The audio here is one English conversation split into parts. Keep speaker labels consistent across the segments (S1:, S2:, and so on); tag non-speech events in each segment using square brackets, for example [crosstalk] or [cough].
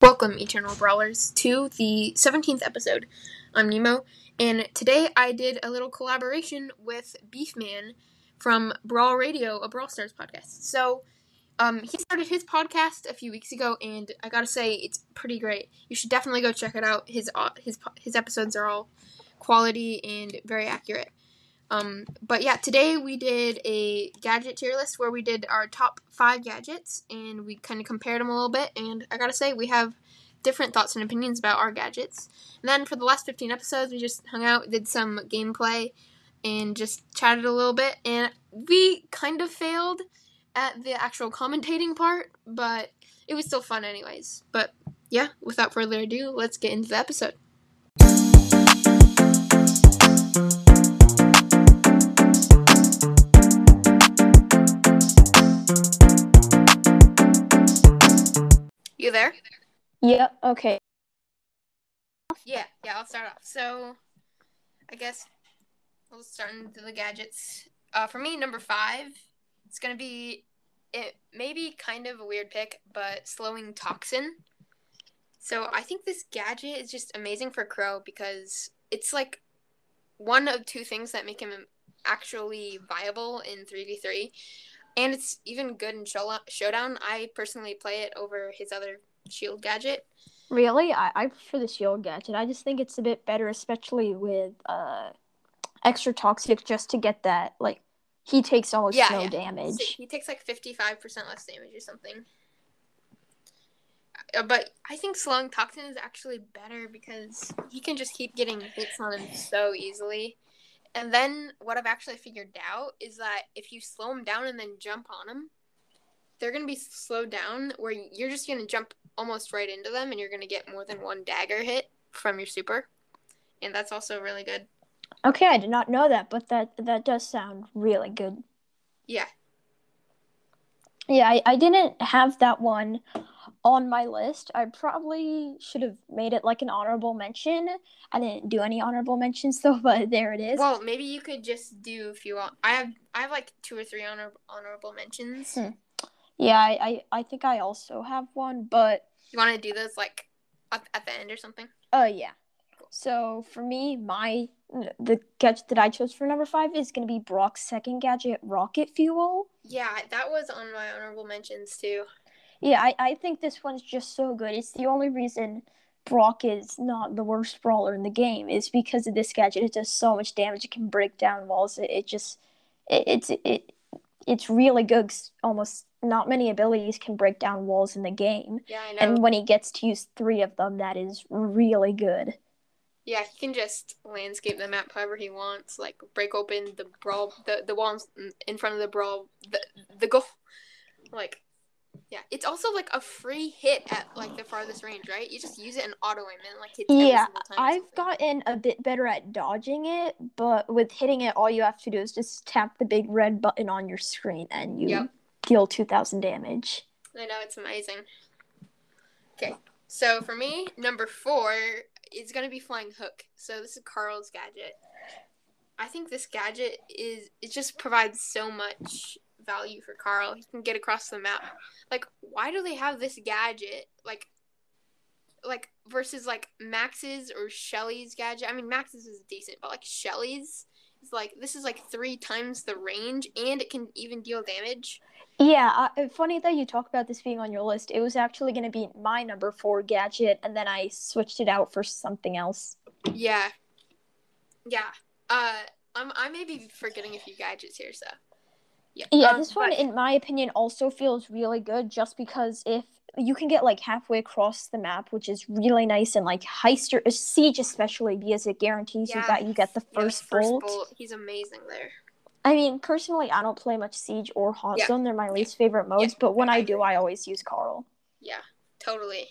S1: Welcome, Eternal Brawlers, to the 17th episode. I'm Nemo, and today I did a little collaboration with Beefman from Brawl Radio, a Brawl Stars podcast. So, um, he started his podcast a few weeks ago, and I gotta say, it's pretty great. You should definitely go check it out. His uh, his po- his episodes are all quality and very accurate. Um, but yeah, today we did a gadget tier list where we did our top five gadgets and we kind of compared them a little bit. And I gotta say, we have different thoughts and opinions about our gadgets. And then for the last 15 episodes, we just hung out, did some gameplay, and just chatted a little bit. And we kind of failed at the actual commentating part, but it was still fun, anyways. But yeah, without further ado, let's get into the episode. You there?
S2: Yeah, okay.
S1: Yeah, yeah, I'll start off. So, I guess we'll start into the gadgets. Uh, for me, number five, it's gonna be it may be kind of a weird pick, but slowing toxin. So I think this gadget is just amazing for Crow because it's like one of two things that make him actually viable in three v three, and it's even good in Shola- Showdown. I personally play it over his other shield gadget.
S2: Really? I, I prefer the shield gadget. I just think it's a bit better, especially with uh extra toxic just to get that like he takes almost
S1: Yeah,
S2: no
S1: yeah. So
S2: damage.
S1: he takes like 55% less damage or something. Uh, But I think slowing Toxin is actually better because he can just keep getting hits on him so easily. And then what I've actually figured out is that if you slow him down and then jump on him, they're going to be slowed down where you're just going to jump almost right into them and you're going to get more than one dagger hit from your super. And that's also really good.
S2: Okay, I did not know that, but that that does sound really good.
S1: Yeah.
S2: Yeah, I, I didn't have that one on my list. I probably should have made it like an honorable mention. I didn't do any honorable mentions [laughs] though, but there it is.
S1: Well, maybe you could just do if you want. I have I have like two or three honor- honorable mentions.
S2: Hmm. yeah, I, I, I think I also have one, but
S1: You want to do those like at, at the end or something?
S2: Oh yeah. So for me, my the gadget that I chose for number five is gonna be Brock's second gadget, rocket fuel.
S1: Yeah, that was on my honorable mentions too.
S2: Yeah, I, I think this one's just so good. It's the only reason Brock is not the worst brawler in the game is because of this gadget. It does so much damage. It can break down walls. It, it just it, it's it it's really good. 'cause Almost not many abilities can break down walls in the game.
S1: Yeah, I know.
S2: And when he gets to use three of them, that is really good.
S1: yeah, he can just landscape the map however he wants, like break open the brawl, the the walls in front of the brawl, the the goal. Like, yeah, it's also like a free hit at like the farthest range, right? You just use it and auto aim and like hits every
S2: Yeah,
S1: single time. or
S2: I've
S1: something.
S2: gotten a bit better at dodging it, but with hitting it, all you have to do is just tap the big red button on your screen and you
S1: Yep.
S2: deal 2,000 damage.
S1: I know it's amazing. Okay, so for me, number four is gonna be flying hook. So this is Carl's gadget. I think this gadget is it just provides so much value for Carl. He can get across the map. Like, why do they have this gadget? Like, like versus like Max's or Shelly's gadget. I mean, Max's is decent, but like Shelly's is like this is like three times the range, and it can even deal damage.
S2: Yeah, I, uh, funny that you talk about this being on your list. It was actually going to be my number four gadget, and then I switched it out for something else.
S1: Yeah. Yeah. Uh, I'm, I may be forgetting a few gadgets here, so.
S2: Yeah,
S1: Um,
S2: this one,
S1: but-
S2: in my opinion, also feels really good just because if you can get like halfway across the map, which is really nice, and like Heister, uh, Siege especially, because it guarantees you
S1: Yeah.
S2: that you get the
S1: yeah,
S2: first, bolt.
S1: He's amazing there.
S2: I mean, personally, I don't play much Siege or Hot
S1: Yeah.
S2: Zone. They're my least favorite modes, but when
S1: I
S2: I
S1: agree.
S2: do, I always use Carl.
S1: Yeah, totally.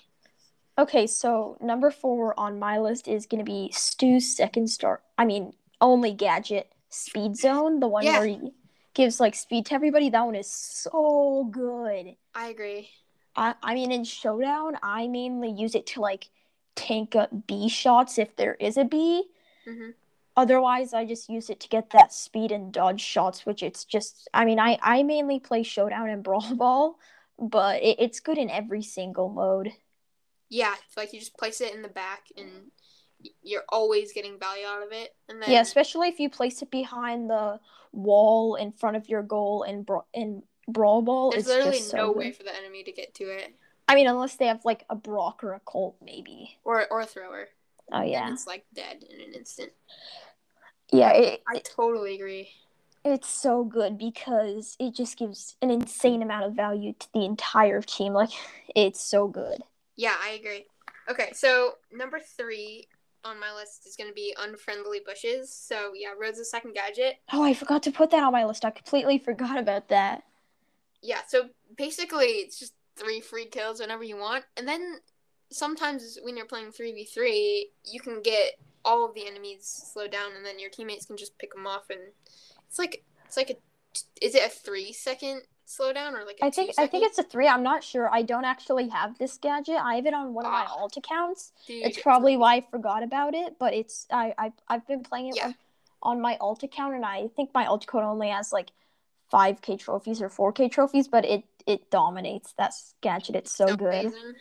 S2: Okay, so number four on my list is going to be Stu's second star. I mean, only gadget, Speed Zone, the one
S1: Yeah.
S2: where he gives like speed to everybody. That one is so good.
S1: I agree.
S2: I, I mean, in Showdown, I mainly use it to like tank up B shots if there is a B.
S1: hmm
S2: otherwise i just use it to get that speed and dodge shots which it's just i mean i i [laughs] mainly play showdown and brawl ball but it, it's good in every single mode
S1: Yeah, it's like you just place it in the back, and y- you're always getting value out of it. And then
S2: Yeah, especially if you place it behind the wall in front of your goal in bra- in brawl ball.
S1: there's
S2: it's
S1: literally
S2: just so
S1: no
S2: good.
S1: way for the enemy to get to it,
S2: I mean, unless they have like a Brock or a Colt, maybe.
S1: or or a thrower.
S2: Oh
S1: and
S2: yeah,
S1: it's like dead in an instant.
S2: yeah. It,
S1: I totally agree.
S2: it's so good because it just gives an insane amount of value to the entire team. Like, it's so good.
S1: Yeah, I agree. Okay, so number three on my list is going to be unfriendly bushes. So yeah, Rhodes' the second gadget.
S2: Oh, I forgot to put that on my list. I completely [laughs] forgot about that.
S1: Yeah, so basically it's just three free kills whenever you want, and then sometimes when you're playing three v three, you can get all of the enemies slowed down, and then your teammates can just pick them off, and it's like it's like a is it a three second slowdown or like I
S2: I think I think it's a three. I'm not sure. I don't actually have this gadget. I have it on one of my
S1: Ah.
S2: alt accounts.
S1: Dude,
S2: It's probably why I forgot about it, but it's I I I've been playing it
S1: Yeah.
S2: on, on my alt account, and I think my alt code only has like five K trophies or four K trophies, but it it dominates that s- gadget. It's so good.
S1: amazing.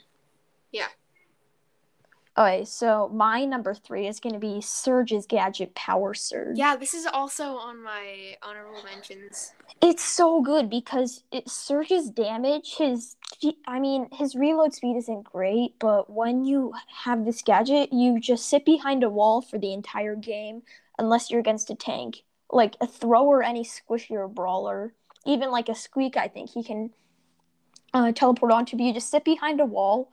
S2: Okay, so my number three is going to be Surge's gadget Power Surge.
S1: Yeah, this is also on my honorable mentions.
S2: It's so good because it surges damage. His, I mean, his reload speed isn't great, but when you have this gadget, you just sit behind a wall for the entire game, unless you're against a tank, like a thrower, any squishy or brawler, even like a squeak. I think he can uh, teleport onto. But you just sit behind a wall,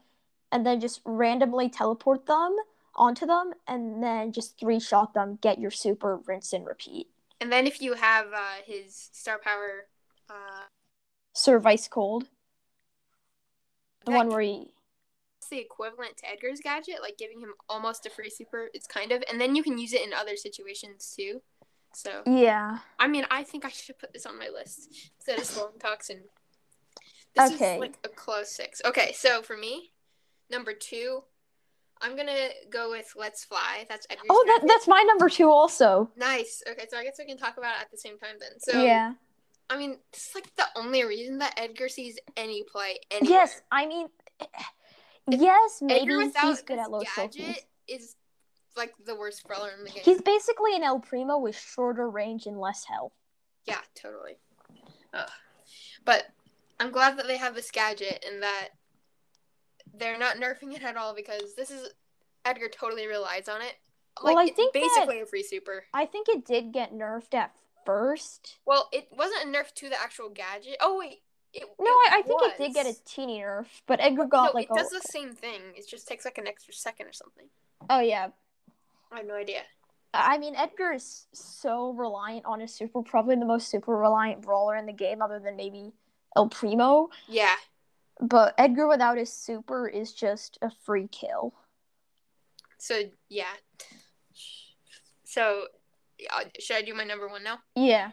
S2: and then just randomly teleport them onto them, and then just three shot them, get your super, rinse and repeat.
S1: And then if you have uh, his star power, uh,
S2: Serve ice cold. The
S1: that-
S2: one where he
S1: it's the equivalent to Edgar's gadget, like giving him almost a free super. It's kind of, and then you can use it in other situations too. So,
S2: Yeah.
S1: I mean, I think I should put this on my list instead of Storm Toxin. This
S2: Okay.
S1: is like a close six. Okay, so for me, number two, I'm gonna go with Let's Fly. That's Edgar's.
S2: Oh, that
S1: gadget.
S2: that's my number two also.
S1: nice. Okay, so I guess we can talk about it at the same time then. So,
S2: yeah.
S1: I mean, this is like the only reason that Edgar sees any play anywhere.
S2: Yes, I mean, yes, maybe
S1: Edgar without
S2: he's good
S1: this
S2: at low
S1: gadget
S2: trophies.
S1: is like the worst brawler in the game.
S2: He's basically an El Primo with shorter range and less health.
S1: Yeah, totally. Ugh. But I'm glad that they have this gadget and that they're not nerfing it at all because this is Edgar totally relies on it.
S2: Well, I
S1: it's
S2: think that-
S1: basically a free super.
S2: I think it did get nerfed at first.
S1: Well, it wasn't a nerf to the actual gadget. Oh wait, it,
S2: No, I, I think it did get a
S1: was.
S2: teeny nerf, but Edgar got
S1: no,
S2: like
S1: it
S2: a
S1: does the same thing. It just takes like an extra second or something.
S2: oh yeah.
S1: I have no idea.
S2: I mean, Edgar is so reliant on his super, probably the most super reliant brawler in the game, other than maybe El Primo.
S1: Yeah,
S2: But Edgar without his super is just a free kill.
S1: So yeah. So uh, should I do my number one now?
S2: Yeah.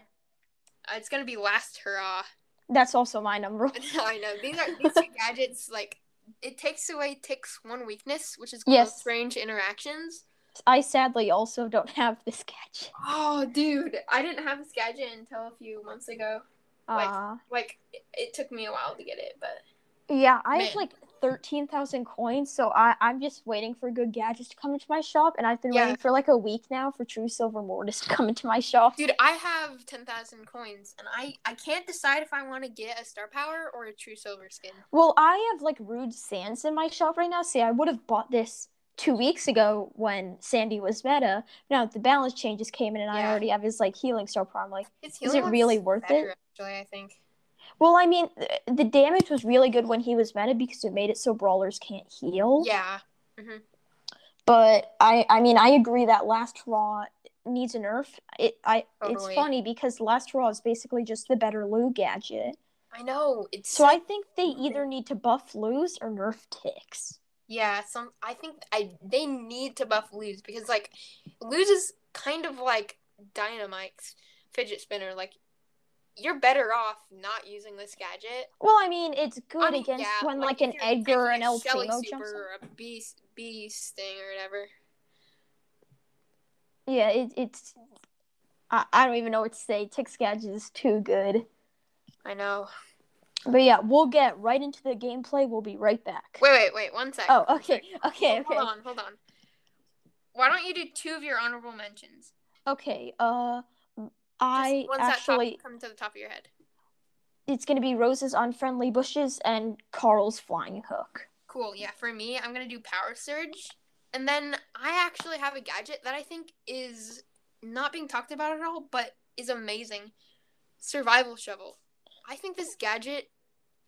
S1: Uh, it's gonna be last hurrah. [laughs]
S2: That's also my number.
S1: I know these are these two gadgets. Like it takes away Tick's one weakness, which is close
S2: Yes.
S1: range interactions.
S2: I sadly also don't have this gadget.
S1: Oh, dude, I didn't have this gadget until a few months ago. Like-
S2: Uh,
S1: Like it, it took me a while to get it, but
S2: yeah, I have
S1: Man.
S2: like 13,000 coins, so I, I'm just waiting for good gadgets to come into my shop, and I've been
S1: Yeah.
S2: waiting for like a week now for True Silver Mortis to come into my shop.
S1: dude, I have ten thousand coins, and I I can't decide if I want to get a star power or a true silver skin.
S2: Well, I have like Rude Sands in my shop right now. See, I would have bought this two weeks ago when Sandy was meta. Now the balance changes came in, and I
S1: Yeah.
S2: already have his like healing star prime. Like,
S1: It's
S2: Is it really worth
S1: it? Actually, I think.
S2: well, I mean, th- the damage was really good when he was meta because it made it so brawlers can't heal.
S1: Yeah.
S2: but I I mean I agree that Last Raw needs a nerf. It I
S1: Totally.
S2: it's funny because Last Raw is basically just the better Lou gadget.
S1: I know. It's
S2: So I think they either need to buff Lou's or nerf Ticks.
S1: yeah, some I think I they need to buff Luz because like Luz is kind of like Dynamite's fidget spinner. Like you're better off not using this gadget.
S2: Well, I mean it's good
S1: I mean,
S2: against
S1: yeah,
S2: when like,
S1: if
S2: an
S1: you're
S2: Edgar or an
S1: taking a
S2: El
S1: Shelly
S2: Primo
S1: super
S2: jumps.
S1: or a bee bee sting or whatever.
S2: in. Yeah, it, it's I, I don't even know what to say. Ticks gadget is too good.
S1: I know.
S2: But yeah, we'll get right into the gameplay. We'll be right back.
S1: Wait, wait, wait. One sec.
S2: Oh, okay, okay, okay,
S1: Hold on, hold on. Why don't you do two of your honorable mentions?
S2: okay. Uh,
S1: Just
S2: I
S1: ones that top-
S2: actually,
S1: come to the top of your head.
S2: it's gonna be roses on friendly bushes and Carl's flying hook.
S1: Cool. Yeah, for me, I'm gonna do Power Surge, and then I actually have a gadget that I think is not being talked about at all, but is amazing. Survival Shovel. I think this gadget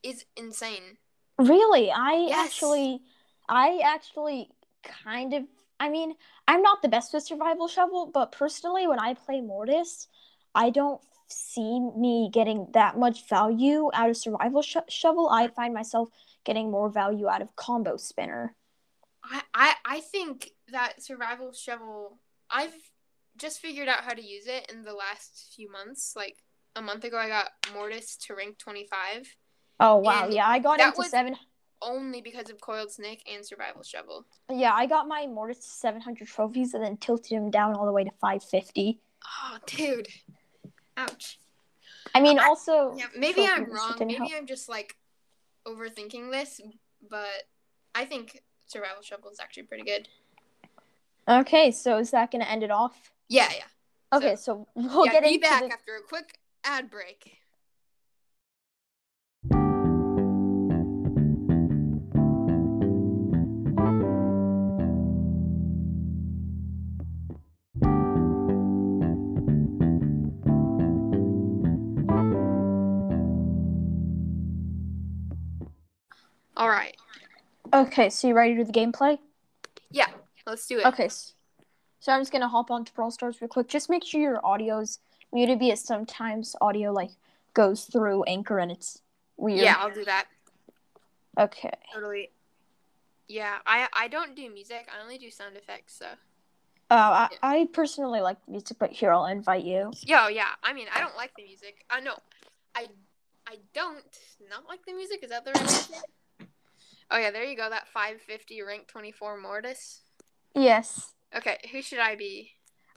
S1: is insane.
S2: Really, I
S1: Yes.
S2: actually, I actually kind of. I mean, I'm not the best with survival shovel, but personally, when I play Mortis, I don't see me getting that much value out of survival sho shovel. I find myself getting more value out of combo spinner.
S1: I, I I think that survival shovel I've just figured out how to use it in the last few months. Like a month ago I got Mortis to rank twenty five
S2: Oh wow,
S1: And
S2: yeah, I got
S1: that
S2: into
S1: was-
S2: seven.
S1: only because of Coiled Snake and Survival Shovel.
S2: Yeah, I got my Mortis to 700 trophies and then tilted him down all the way to 550.
S1: Oh dude. Ouch.
S2: I mean,
S1: I-
S2: also,
S1: Yeah, maybe I'm
S2: trophies, it
S1: wrong.
S2: didn't
S1: Maybe
S2: help.
S1: I'm just like overthinking this, but I think Survival Shovel is actually pretty good.
S2: Okay, so is that going to end it off?
S1: Yeah, yeah. So-
S2: Okay, so we'll
S1: yeah,
S2: get
S1: be
S2: into
S1: back
S2: the-
S1: after a quick ad break. All right.
S2: Okay, so you ready to do the gameplay?
S1: Yeah, let's do it.
S2: Okay, s- so I'm just gonna hop onto Brawl Stars real quick. Just make sure your audio's muted because sometimes audio like goes through Anchor and it's weird.
S1: Yeah, I'll do that.
S2: Okay.
S1: Totally. Yeah, I I don't do music. I only do sound effects. So.
S2: Oh, I,
S1: Yeah.
S2: I personally like the music, but here I'll invite you.
S1: Yo, yeah. I mean, I don't like the music. I know. I I don't not like the music. Is that the right? way to say it? Oh yeah, there you go. That 550 rank 24 Mortis.
S2: Yes.
S1: Okay, who should I be?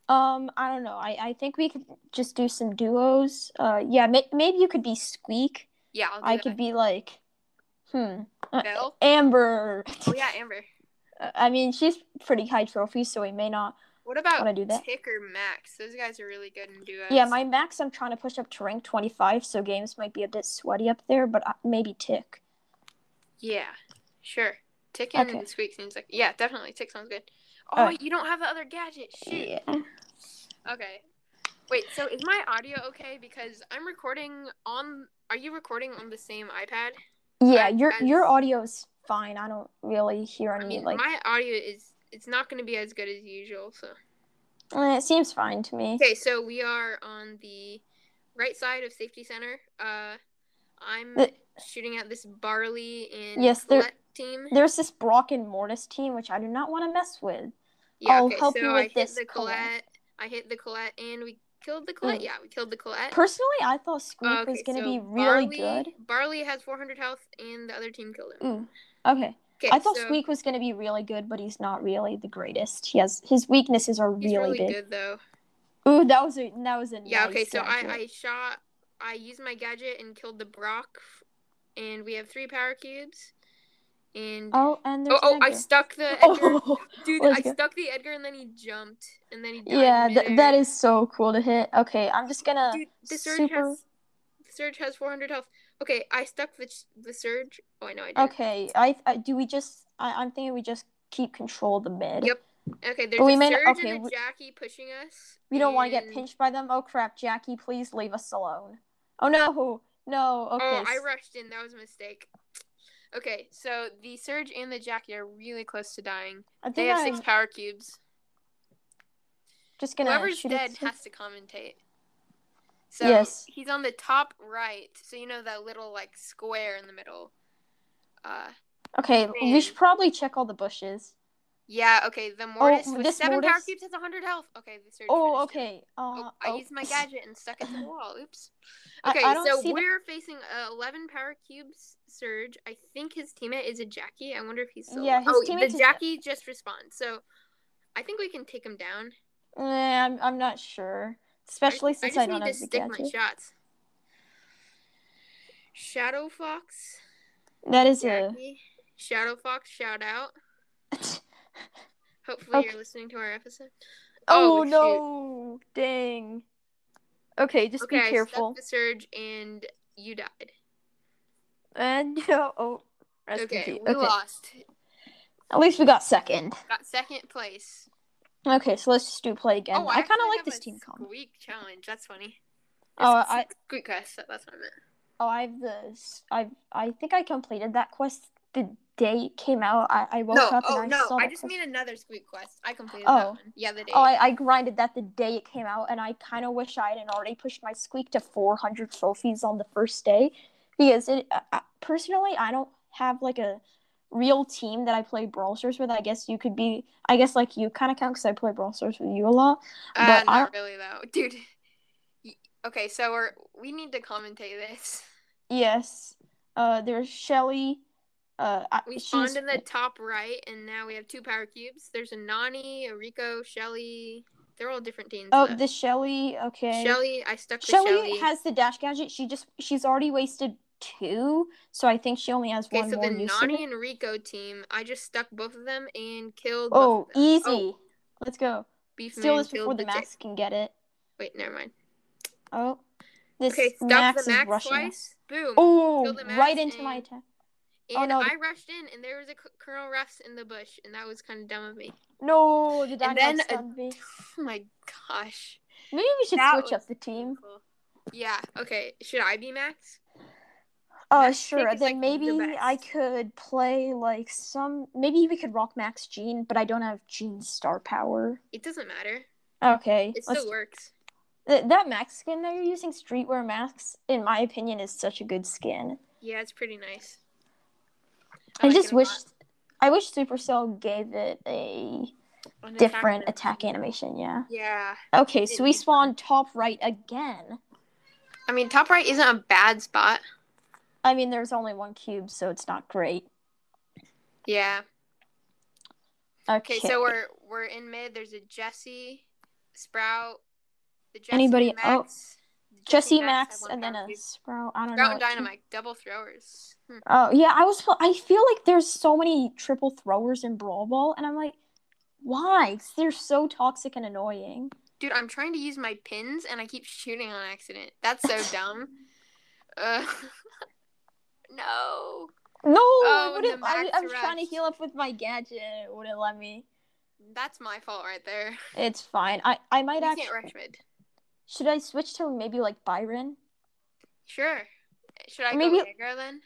S2: Um, I don't know. I, I think we could just do some duos. Uh, yeah, may- maybe you could be Squeak.
S1: Yeah, I'll do
S2: I
S1: that.
S2: could be like, hmm, [laughs]
S1: Belle.
S2: Amber. uh,
S1: Oh yeah, Amber.
S2: I mean, she's pretty high trophy, so we may not.
S1: What about
S2: Wanna do that?
S1: Tick or Max? Those guys are really good in duos.
S2: Yeah, my max I'm trying to push up to rank 25, so games might be a bit sweaty up there, but I- maybe tick.
S1: Yeah, sure. Tick and
S2: Okay.
S1: Squeak seems like yeah, definitely. Tick sounds good. Oh,
S2: Alright.
S1: you don't have the other gadget. Shoot. Okay. Wait, so is my audio okay? Because I'm recording on. Are you recording on the same iPad?
S2: Yeah,
S1: I-
S2: your
S1: I-
S2: your audio's fine. I don't really hear any
S1: I mean,
S2: like
S1: my audio is. It's not going to be as good as usual, so.
S2: eh, it seems fine to me.
S1: Okay, so we are on the right side of Safety Center. Uh, I'm
S2: The-
S1: shooting at this Barley and
S2: Yes, there-
S1: Colette team.
S2: There's this Brock and Mortis team which I do not want to mess with.
S1: Yeah,
S2: I'll
S1: okay,
S2: help
S1: so
S2: you
S1: I
S2: with
S1: hit
S2: this,
S1: the
S2: Colette.
S1: Colette. I hit the Colette, and we killed the Colette.
S2: Mm.
S1: Yeah, we killed the Colette.
S2: Personally, I thought Squeak
S1: Uh,
S2: was going to
S1: so
S2: be really
S1: Barley-
S2: good.
S1: Barley has 400 health, and the other team killed him.
S2: Mm, Okay.
S1: Okay,
S2: I thought
S1: so-
S2: Squeak was going to be really good, but he's not really the greatest. He has his weaknesses are
S1: He's
S2: really,
S1: really,
S2: big.
S1: good though.
S2: Ooh, that was a that was a
S1: Yeah,
S2: nice
S1: okay, so I,
S2: gadget.
S1: I shot I used my gadget and killed the Brock and we have three power cubes. And Oh,
S2: Oh, and there's
S1: oh,
S2: an
S1: I
S2: Edgar.
S1: stuck the Edgar.
S2: [laughs] Oh,
S1: Dude,
S2: let's
S1: I
S2: go.
S1: stuck the Edgar and then he jumped and then he died.
S2: yeah, th-
S1: midair.
S2: that is so cool to hit. Okay, I'm just gonna.
S1: Dude, the surge
S2: super-
S1: has the surge has 400 health. Okay, I stuck the the surge. Oh, I know I did.
S2: Okay, I, I do we just? I, I'm thinking we just keep control of the mid.
S1: Yep. Okay, there's
S2: But we
S1: a
S2: may not-
S1: surge
S2: okay,
S1: and a
S2: we-
S1: Jackie pushing us.
S2: We don't want to get
S1: and-
S2: pinched by them. Oh crap, Jackie, please leave us alone. Oh no, no. Okay.
S1: Oh, I
S2: s-
S1: rushed in. That was a mistake. Okay, so the Surge and the Jackie are really close to dying.
S2: I think
S1: They have
S2: I'm
S1: six power cubes.
S2: just gonna.
S1: Whoever's
S2: shoot it
S1: dead
S2: to-
S1: has to commentate. So
S2: Yes.
S1: he's on the top right. So you know that little like square in the middle. Uh,
S2: Okay, we should
S1: thing.
S2: probably check all the bushes.
S1: yeah. Okay, the Mortis with
S2: Oh, this
S1: seven power
S2: Mortis-
S1: cubes has hundred health. Okay, the Surge.
S2: Oh,
S1: finished him.
S2: okay. Uh,
S1: Oh, I
S2: oh.
S1: used my gadget and stuck
S2: [laughs]
S1: it to the wall. Oops.
S2: I-
S1: Okay,
S2: I don't
S1: so
S2: see the-
S1: we're facing a 11 power cubes surge. I think his teammate is a Jackie. I wonder if he's still
S2: Yeah, his
S1: oh,
S2: teammate's
S1: the
S2: a-
S1: Jackie just responds. So I think we can take him down.
S2: Eh, I'm I'm not sure,
S1: I-
S2: especially
S1: I,
S2: since
S1: just
S2: I, don't
S1: need
S2: have
S1: to
S2: the
S1: stick
S2: gadget.
S1: my shots. Shadow Fox.
S2: That is a
S1: Jackie. Shadow Fox, shout out.
S2: [laughs]
S1: Hopefully
S2: Okay.
S1: you're listening to our episode.
S2: Oh,
S1: shoot.
S2: no. Dang. Okay, just
S1: Okay,
S2: be
S1: I
S2: careful.
S1: stuck the surge and you died.
S2: [laughs] And oh, oh rest in
S1: Okay,
S2: peace.
S1: we lost.
S2: At least we got second.
S1: Got second place.
S2: Okay, so let's just do play again. I kind
S1: actually
S2: of like
S1: Oh, have
S2: this
S1: a
S2: team comp.
S1: Squeak challenge. That's funny.
S2: Oh,
S1: It's
S2: I
S1: squeak quest. that- That's what I meant.
S2: oh I've the I I think I completed that quest the day it came out. I, I woke
S1: No,
S2: up
S1: oh
S2: and I
S1: no,
S2: saw
S1: I
S2: that
S1: just
S2: quest.
S1: mean another squeak quest. I completed that
S2: Oh.
S1: one. Yeah, the day.
S2: Oh, I, I grinded that the day it came out, and I kind of wish I hadn't already pushed my squeak to 400 trophies on the first day, because it I, I- personally I don't have like a real team that I play Brawl Stars with. I guess you could be, I guess like you kind of count because I play Brawl Stars with you a lot.
S1: uh,
S2: but I-
S1: not really though, [laughs] dude. y- Okay, so we're we need to commentate this. [laughs]
S2: Yes, uh, there's Shelly. Uh, I-
S1: We
S2: she's-
S1: spawned in the top right, and now we have two power cubes. There's a Nani, a Rico, Shelly. They're all different teams.
S2: oh
S1: though.
S2: the Shelly. Okay,
S1: Shelly, I stuck the
S2: Shelly
S1: Shelly.
S2: has the dash gadget. She just she's already wasted two, so I think she only has
S1: okay,
S2: one
S1: so
S2: more
S1: the
S2: use. of it.
S1: Nani and Rico team, I just stuck both of them and killed. both
S2: Oh,
S1: of them.
S2: easy.
S1: Oh,
S2: Let's go.
S1: Beefman
S2: Steal this
S1: killed
S2: before the
S1: chick.
S2: max can get it.
S1: Wait, never mind.
S2: Oh. This
S1: Okay, stop
S2: max
S1: the
S2: is
S1: max
S2: rushing.
S1: twice. Boom.
S2: Oh,
S1: Kill the Max
S2: right into my
S1: and-
S2: attack.
S1: and
S2: oh, no.
S1: I rushed in, and there was a c- Colonel Ruffs in the bush, and that was kind of dumb of me. [laughs]
S2: No, the dynamite
S1: then a-
S2: stunned me.
S1: Oh my gosh.
S2: Maybe we should
S1: That
S2: switch
S1: was-
S2: up the team.
S1: Cool. Yeah. Okay. Should I be Max?
S2: Oh,
S1: Max pick
S2: sure.
S1: is,
S2: Then
S1: like, the
S2: maybe I
S1: best.
S2: could play like some. Maybe we could rock Max Jean, but I don't have Jean's star power.
S1: It doesn't matter.
S2: Okay.
S1: It
S2: let's-
S1: still works.
S2: Th- that Max skin that you're using, Streetwear Max, in my opinion, is such a good skin.
S1: Yeah, it's pretty nice.
S2: I,
S1: like
S2: just
S1: it a
S2: wish.
S1: lot.
S2: I wish Supercell gave it a
S1: An attack
S2: different
S1: move.
S2: attack animation, yeah.
S1: Yeah.
S2: Okay, so we spawn top right again.
S1: I mean, top right isn't a bad spot.
S2: I mean, there's only one cube, so it's not great.
S1: Yeah.
S2: Okay,
S1: Okay. So we're we're in mid. There's a Jesse, Sprout, the Jesse
S2: Anybody-
S1: and Max.
S2: Jesse,
S1: and
S2: Max,
S1: have one
S2: and then
S1: power
S2: a
S1: cube.
S2: Sprout. I don't
S1: Sprout
S2: know.
S1: and Dynamite, double throwers. Hmm.
S2: Oh, yeah, I was. I feel like there's so many triple throwers in Brawl Ball, and I'm like, why? 'Cause They're so toxic and annoying.
S1: Dude, I'm trying to use my pins and I keep shooting on accident. That's so
S2: [laughs]
S1: dumb. Uh, [laughs] no.
S2: No,
S1: Oh, and
S2: it wouldn't,
S1: the
S2: I,
S1: Max
S2: I was trying to
S1: rushed.
S2: heal up with my gadget, and it wouldn't let me.
S1: That's my fault right there.
S2: It's fine. I, I
S1: You
S2: might actually.
S1: can't rush mid.
S2: Should I switch to maybe like Byron?
S1: Sure. Should I
S2: Maybe-
S1: go aggro then?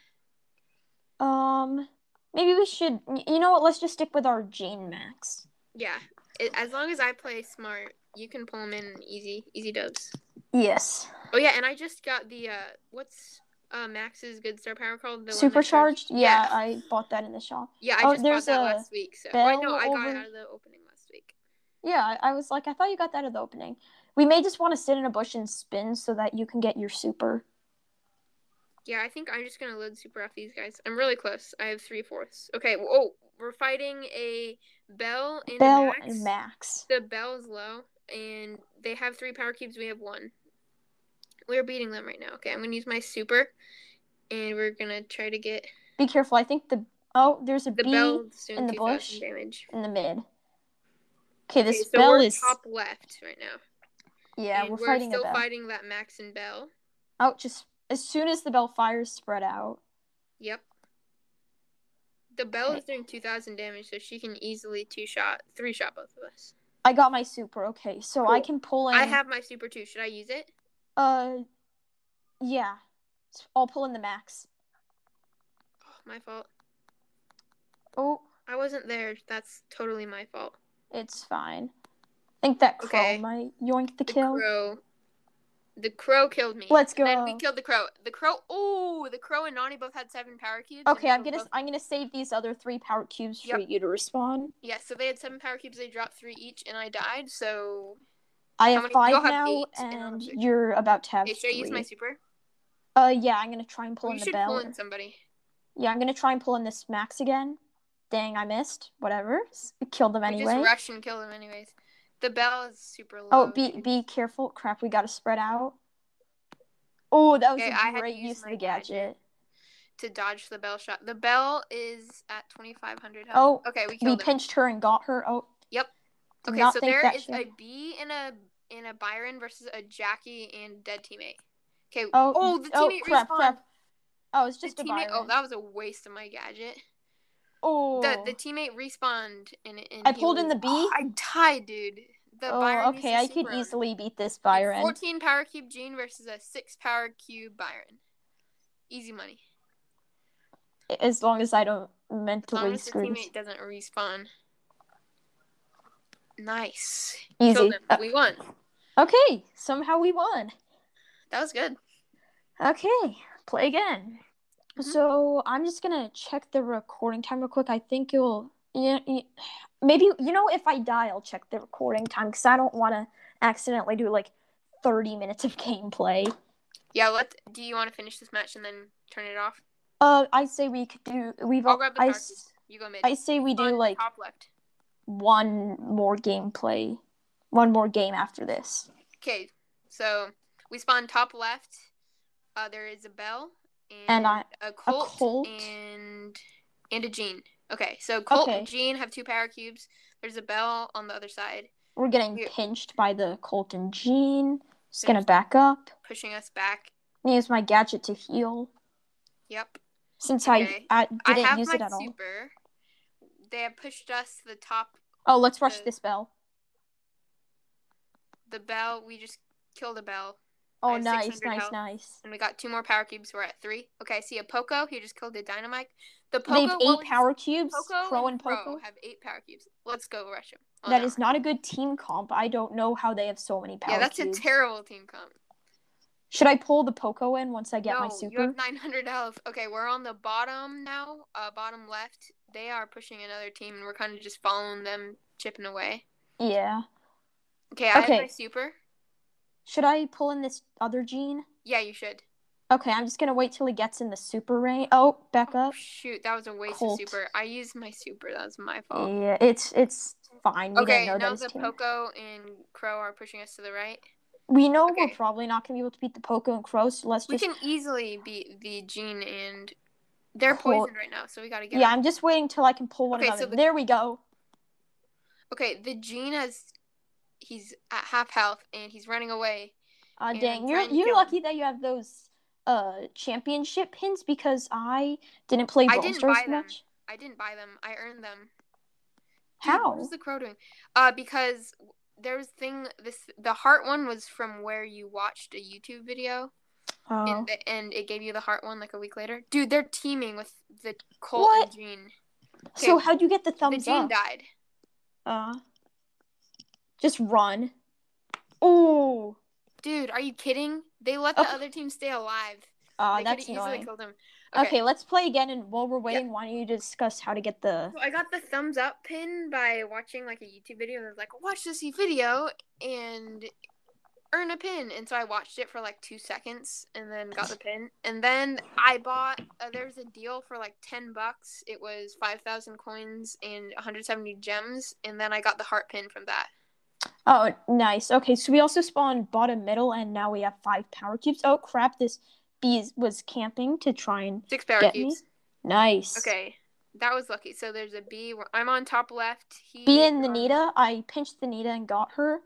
S2: Um, maybe we should. y- You know what? Let's just stick with our Jean Max.
S1: Yeah. I- As long as I play smart, you can pull them in easy, easy dubs.
S2: Yes.
S1: Oh yeah, and I just got the uh, what's uh Max's good star power called? The one that
S2: Supercharged.
S1: charges-
S2: Yeah, I bought that in the shop.
S1: Yeah, I
S2: Oh,
S1: just
S2: there's
S1: bought that
S2: a
S1: last week. So I know
S2: bell
S1: I got it
S2: over-
S1: out of the opening last week.
S2: Yeah, I, I was like, I thought you got that at the opening. We may just want to sit in a bush and spin so that you can get your super.
S1: Yeah, I think I'm just gonna load super off these guys. I'm really close. I have three fourths. Okay. w- Oh, we're fighting a Bell and a
S2: Bell
S1: Max.
S2: and Max.
S1: The Bell is low, and they have three power cubes. We have one. We're beating them right now. Okay, I'm gonna use my super, and we're gonna try to get
S2: Be careful. I think the oh, there's a
S1: the
S2: bee
S1: Bell doing
S2: in the
S1: 2,000
S2: bush.
S1: damage.
S2: in the mid. Okay,
S1: Okay,
S2: this
S1: so
S2: bell
S1: we're
S2: is
S1: top left right now.
S2: yeah.
S1: and
S2: We're, fighting a
S1: still
S2: bell.
S1: fighting that Max and Bell.
S2: oh, just as soon as the bell fires, spread out.
S1: Yep. The Bell
S2: Okay.
S1: is doing 2,000 damage, so she can easily two shot, three shot both of us.
S2: I got my super. Okay, so I
S1: Cool.
S2: can pull in.
S1: I have my super too. Should I use it?
S2: Uh, yeah. I'll pull in the max.
S1: Oh, my fault.
S2: Oh,
S1: I wasn't there. That's totally my fault.
S2: it's fine. I think that crow
S1: Okay.
S2: might yoink the
S1: The
S2: kill.
S1: crow. The crow killed me.
S2: Let's
S1: And then we
S2: go.
S1: killed the crow. The crow. Oh, the crow and Nani both had seven power cubes. and
S2: Okay, I'm
S1: killed
S2: gonna
S1: both-
S2: I'm gonna save these other three power cubes for
S1: Yep.
S2: you to respawn.
S1: Yeah, so they had seven power cubes. They dropped three each, and I died. So.
S2: I
S1: How
S2: have
S1: many-
S2: five
S1: you'll have
S2: now,
S1: eight, and I'll have
S2: and
S1: six.
S2: you're about to have
S1: Hey, should I use my
S2: three.
S1: super?
S2: Uh, yeah, I'm gonna try and pull
S1: You
S2: in the
S1: should
S2: bell.
S1: pull in somebody.
S2: Yeah, I'm gonna try and pull in this max again. Dang, I missed. Whatever. S- Killed them
S1: We
S2: anyway.
S1: just rush and kill them anyways. The bell is super low.
S2: Oh, be be careful. Crap, we gotta spread out. Oh, that was
S1: Okay,
S2: a
S1: I had to
S2: great
S1: use
S2: use of
S1: my
S2: the gadget.
S1: to dodge the bell shot. The bell is at 2,500 health.
S2: Oh,
S1: okay, we
S2: We
S1: killed him.
S2: pinched her and got her. Oh,
S1: Yep.
S2: did
S1: Okay,
S2: not
S1: so
S2: think
S1: there
S2: that
S1: is
S2: she-
S1: a B and a and a Byron versus a Jackie and dead teammate. Okay.
S2: Oh,
S1: the
S2: oh,
S1: teammate
S2: crap,
S1: respawned.
S2: crap. Oh, it's
S1: The
S2: just a
S1: teammate.
S2: Byron.
S1: Oh, that was a waste of my gadget.
S2: Oh,
S1: The the teammate respawned and, and
S2: I
S1: he
S2: pulled in
S1: was-
S2: the B?
S1: Oh, I tied, dude. The
S2: oh
S1: Byron is
S2: okay.
S1: a
S2: I could
S1: super owner.
S2: easily beat this
S1: A
S2: Byron.
S1: 14 power cube Gene versus a 6 power cube Byron. Easy money.
S2: as long as I don't
S1: As long
S2: mentally
S1: as the
S2: screw.
S1: teammate doesn't respawn. Nice.
S2: Easy.
S1: Killed him.
S2: Uh,
S1: We won.
S2: okay, somehow we won.
S1: That was good.
S2: Okay, play again.
S1: Mhm.
S2: So I'm just gonna check the recording time real quick. I think you'll yeah, yeah maybe you know if I die, I'll check the recording time because I don't want to accidentally do like 30 minutes of gameplay.
S1: Yeah, let do you want to finish this match and then turn it off?
S2: Uh, I say we could do. We've
S1: I'll grab the
S2: I,
S1: darkies.
S2: s-
S1: You go mid.
S2: I say we do
S1: On
S2: like
S1: top left.
S2: one more gameplay, one more game after this.
S1: Okay. So we spawn top left. Uh there is a bell and,
S2: And I-
S1: a Colt,
S2: Colt.
S1: and and a Jean. Okay, so Colt
S2: Okay.
S1: and Jean have two power cubes. There's a bell on the other side.
S2: We're getting
S1: You-
S2: pinched by the Colton Jean. Just
S1: There's-
S2: gonna back up.
S1: pushing us back.
S2: Use my gadget to heal
S1: Yep.
S2: since
S1: Okay.
S2: I, I
S1: I
S2: didn't
S1: have
S2: use
S1: my
S2: it at all.
S1: super. They have pushed us to the top
S2: Oh, let's rush
S1: the-
S2: this bell.
S1: the bell. We just killed a bell. I
S2: Oh,
S1: have
S2: nice,
S1: 600
S2: nice,
S1: health.
S2: nice.
S1: And we got two more power cubes. We're at three. Okay, I see a Poco. He just killed a Dynamite. The Poco,
S2: They've
S1: what
S2: eight
S1: was-
S2: power cubes.
S1: Poco
S2: Pro
S1: and
S2: and Poco.
S1: Pro have eight power cubes. Let's go rush him. Oh,
S2: that
S1: no.
S2: is not a good team comp. I don't know how they have so many power
S1: Yeah, that's
S2: cubes.
S1: a terrible team comp.
S2: Should I pull the Poco in once I get
S1: no,
S2: my
S1: you
S2: super?
S1: have 900 health. Okay, we're on the bottom now. Uh, bottom left. They are pushing another team, and we're kind of just following them, chipping away.
S2: Yeah.
S1: Okay, I have
S2: Okay.
S1: my super.
S2: Should I pull in this other Jean?
S1: Yeah, you should.
S2: Okay, I'm just gonna wait till he gets in the super range. Oh, back
S1: Oh,
S2: up.
S1: shoot, that was a waste
S2: Colt.
S1: of super. I used my super. That was my fault.
S2: Yeah, it's it's fine. We
S1: Oh. okay,
S2: Mm, didn't know that
S1: now
S2: his
S1: the
S2: team.
S1: Poco and Crow are pushing us to the right.
S2: We know
S1: Okay.
S2: we're probably not going to be able to beat the Poco and Crow, so let's
S1: We
S2: just.
S1: can easily beat the Jean and they're
S2: Colt.
S1: poisoned right now, so we gotta get.
S2: Yeah,
S1: them.
S2: I'm just waiting till I can pull one
S1: Okay,
S2: of
S1: so
S2: them. in.
S1: the-
S2: There we go.
S1: Okay, the Jean has. He's at half health and he's running away.
S2: Uh,
S1: Yeah,
S2: dang,
S1: I'm
S2: you're
S1: trying to
S2: you're
S1: kill
S2: lucky that you have those uh championship pins because I didn't play
S1: I didn't
S2: Brawlstars
S1: buy them.
S2: much.
S1: I didn't buy them. I earned them. Dude,
S2: How?
S1: What is the crow doing? Uh, because there was thing this the heart one was from where you watched a YouTube video
S2: Oh.
S1: and, the, and it gave you the heart one like a week later. Dude, they're teaming with the Colt
S2: What?
S1: and Jean.
S2: So
S1: okay.
S2: how'd you get the
S1: the
S2: thumbs
S1: Jean
S2: up?
S1: died.
S2: Uh, just run. Ooh.
S1: Dude, are you kidding? They let
S2: Oh.
S1: the other team stay alive.
S2: Uh,
S1: they
S2: that's
S1: could easily
S2: annoying.
S1: killed him.
S2: Okay. let's play again, and while we're waiting, why don't you discuss how to get the?
S1: So I got the thumbs up pin by watching like a YouTube video and I was like, watch this video and earn a pin. And so I watched it for like two seconds and then got the pin. And then I bought, uh, there was a deal for like 10 bucks. It was 5,000 coins and 170 gems. And then I got the heart pin from that.
S2: Oh, nice. Okay, so we also spawned bottom middle, and now we have five power cubes. Oh crap! This bee is, was camping to try and
S1: Six power
S2: Get me?
S1: cubes.
S2: nice.
S1: Okay. That was lucky. So there's a B. Where I'm on top left. He
S2: Bee and
S1: is on-
S2: Nanita, I pinched the Nita and got her.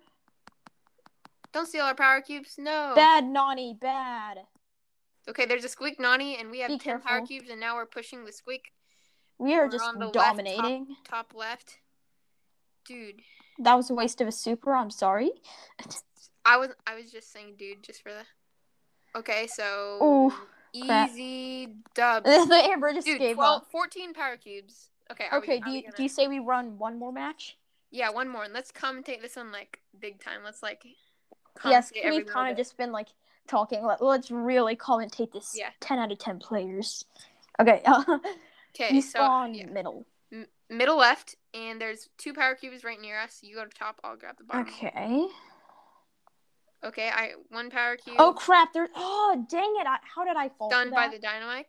S1: Don't steal our power cubes. No.
S2: Bad Nani, bad.
S1: Okay, there's a squeak Nani, and we have
S2: Be
S1: 10 power
S2: careful.
S1: cubes, and now we're pushing the squeak
S2: We are
S1: We're
S2: just
S1: on the left top.
S2: dominating.
S1: top left. Dude,
S2: That was a waste of a super. I'm sorry. [laughs]
S1: I was I was just saying, dude, just for the. Okay, so
S2: Ooh, crap.
S1: easy
S2: [laughs]
S1: dub.
S2: the Amber just
S1: Dude,
S2: gave
S1: 12,
S2: up.
S1: 14 power cubes. Okay, are we, are
S2: Okay, do
S1: we
S2: you,
S1: gonna-
S2: do you say we run one more match?
S1: yeah, one more, and let's commentate this one like big time. Let's like.
S2: yes,
S1: commentate every
S2: we've
S1: little
S2: kind of
S1: bit.
S2: just been like talking. Let, let's really commentate this.
S1: Yeah.
S2: Ten out of ten players. Okay. [laughs] Uh,
S1: Okay,
S2: you
S1: so
S2: spawn
S1: yeah.
S2: middle.
S1: M- middle left, and there's two power cubes right near us. You go to top, I'll grab the bottom.
S2: Okay.
S1: Okay, I one power cube.
S2: Oh crap! There. Oh dang it! I, how did I fall? for
S1: done by
S2: that?
S1: the dynamite.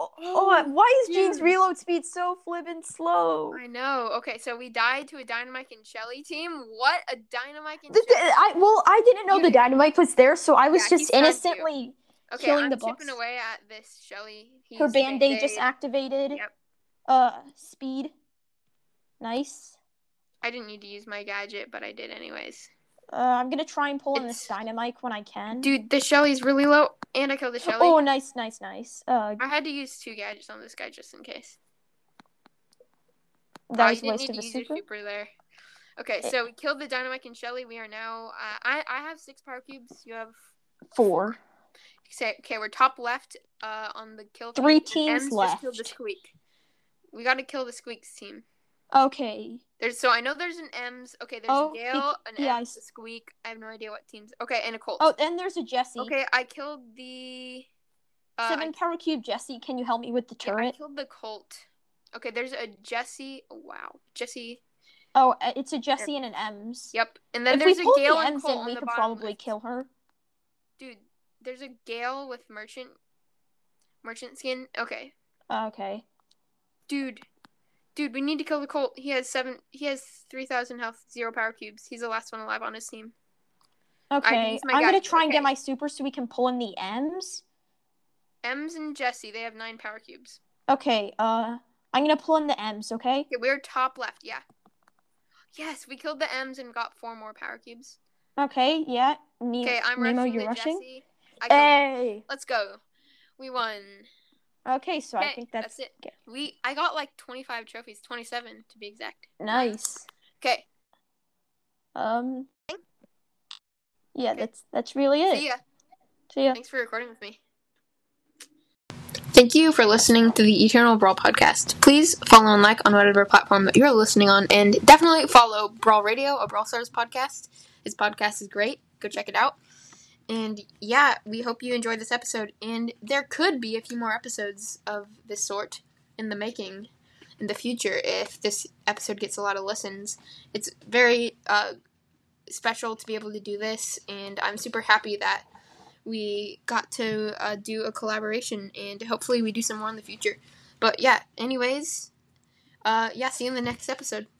S2: Oh, why is Jean's
S1: dude.
S2: reload speed so flippin' slow?
S1: I know. Okay, so we died to a Dynamite and Shelly team. What a Dynamite and
S2: The- the-
S1: Shelly.
S2: I well, I didn't know
S1: You
S2: the
S1: didn't-
S2: dynamite was there, so I was
S1: Yeah, he
S2: just
S1: stabbed you.
S2: innocently.
S1: Okay,
S2: killing
S1: I'm
S2: uh, the
S1: chipping
S2: boss.
S1: away at this Shelly.
S2: Her band aid just activated.
S1: Yep.
S2: Uh, speed. Nice.
S1: I didn't need to use my gadget, but I did anyways.
S2: Uh, I'm gonna try and pull in
S1: It's-
S2: this dynamite when I can.
S1: Dude, the Shelly's really low, and I killed
S2: [gasps]
S1: the Shelly.
S2: oh, nice, nice, nice. Uh,
S1: I had to use two gadgets on this guy just in case.
S2: that
S1: Oh,
S2: was a
S1: you didn't
S2: waste
S1: need
S2: of a
S1: to use your
S2: super. Eh.
S1: super there. Okay, so we killed the Dynamite and Shelly. We are now. Uh, I I have six power cubes. You have.
S2: Four.
S1: Say, okay, we're top left uh, on the kill.
S2: Three
S1: feed, and
S2: teams
S1: Ems just killed the
S2: left.
S1: squeak. We got to kill the squeaks team.
S2: Okay.
S1: There's so I know there's an M's. Okay, there's
S2: Oh,
S1: Gale, an
S2: yeah, I
S1: M's, a squeak. I have no idea what teams. Okay, and a Colt.
S2: Oh, and there's a Jesse.
S1: okay, I killed the. Uh, I
S2: Seven power cube Jesse. Can you help me with the
S1: Yeah, I
S2: turret?
S1: killed the Colt. Okay, there's a Jesse. Wow, Jesse.
S2: Oh, uh, it's a Jesse and an Ems.
S1: Yep. And then
S2: if
S1: there's
S2: we
S1: a
S2: pull
S1: Gale
S2: the
S1: and
S2: Ems
S1: Colt
S2: in,
S1: on
S2: we
S1: the
S2: could
S1: bottom
S2: probably
S1: left.
S2: kill her.
S1: Dude, there's a Gale with merchant, merchant skin. Okay,
S2: Okay.
S1: dude, dude, we need to kill the Colt. He has seven. He has three thousand health, zero power cubes. He's the last one alive on his team.
S2: Okay.
S1: use my
S2: I'm gonna
S1: gadget.
S2: try and
S1: Okay.
S2: get my super so we can pull in the M's.
S1: Ems and Jesse, they have nine power cubes.
S2: Okay, uh, I'm gonna pull in the M's, okay?
S1: Okay, we're top left. Yeah. Yes, we killed the M's and got four more power cubes.
S2: Okay, yeah. Ne-
S1: Okay, I'm
S2: Nemo,
S1: rushing
S2: you're
S1: the
S2: rushing? Eh.
S1: Jesse. I killed-
S2: Hey!
S1: Let's go. We won.
S2: Okay, so
S1: Okay,
S2: I think that's,
S1: that's it.
S2: okay.
S1: We I got like 25 trophies, 27 to be exact.
S2: nice.
S1: Okay.
S2: Um, yeah,
S1: Okay.
S2: that's that's really it.
S1: See ya.
S2: See ya.
S1: Thanks for recording with me. Thank you for listening to the Eternal Brawl podcast. Please follow and like on whatever platform that you're listening on, and definitely follow Brawl Radio, a Brawl Stars podcast. His podcast is great. Go check it out. And yeah, we hope you enjoyed this episode. And there could be a few more episodes of this sort in the making in the future if this episode gets a lot of listens. It's very uh, special to be able to do this, and I'm super happy that we got to uh, do a collaboration and hopefully we do some more in the future. But yeah, anyways, uh, yeah, see you in the next episode.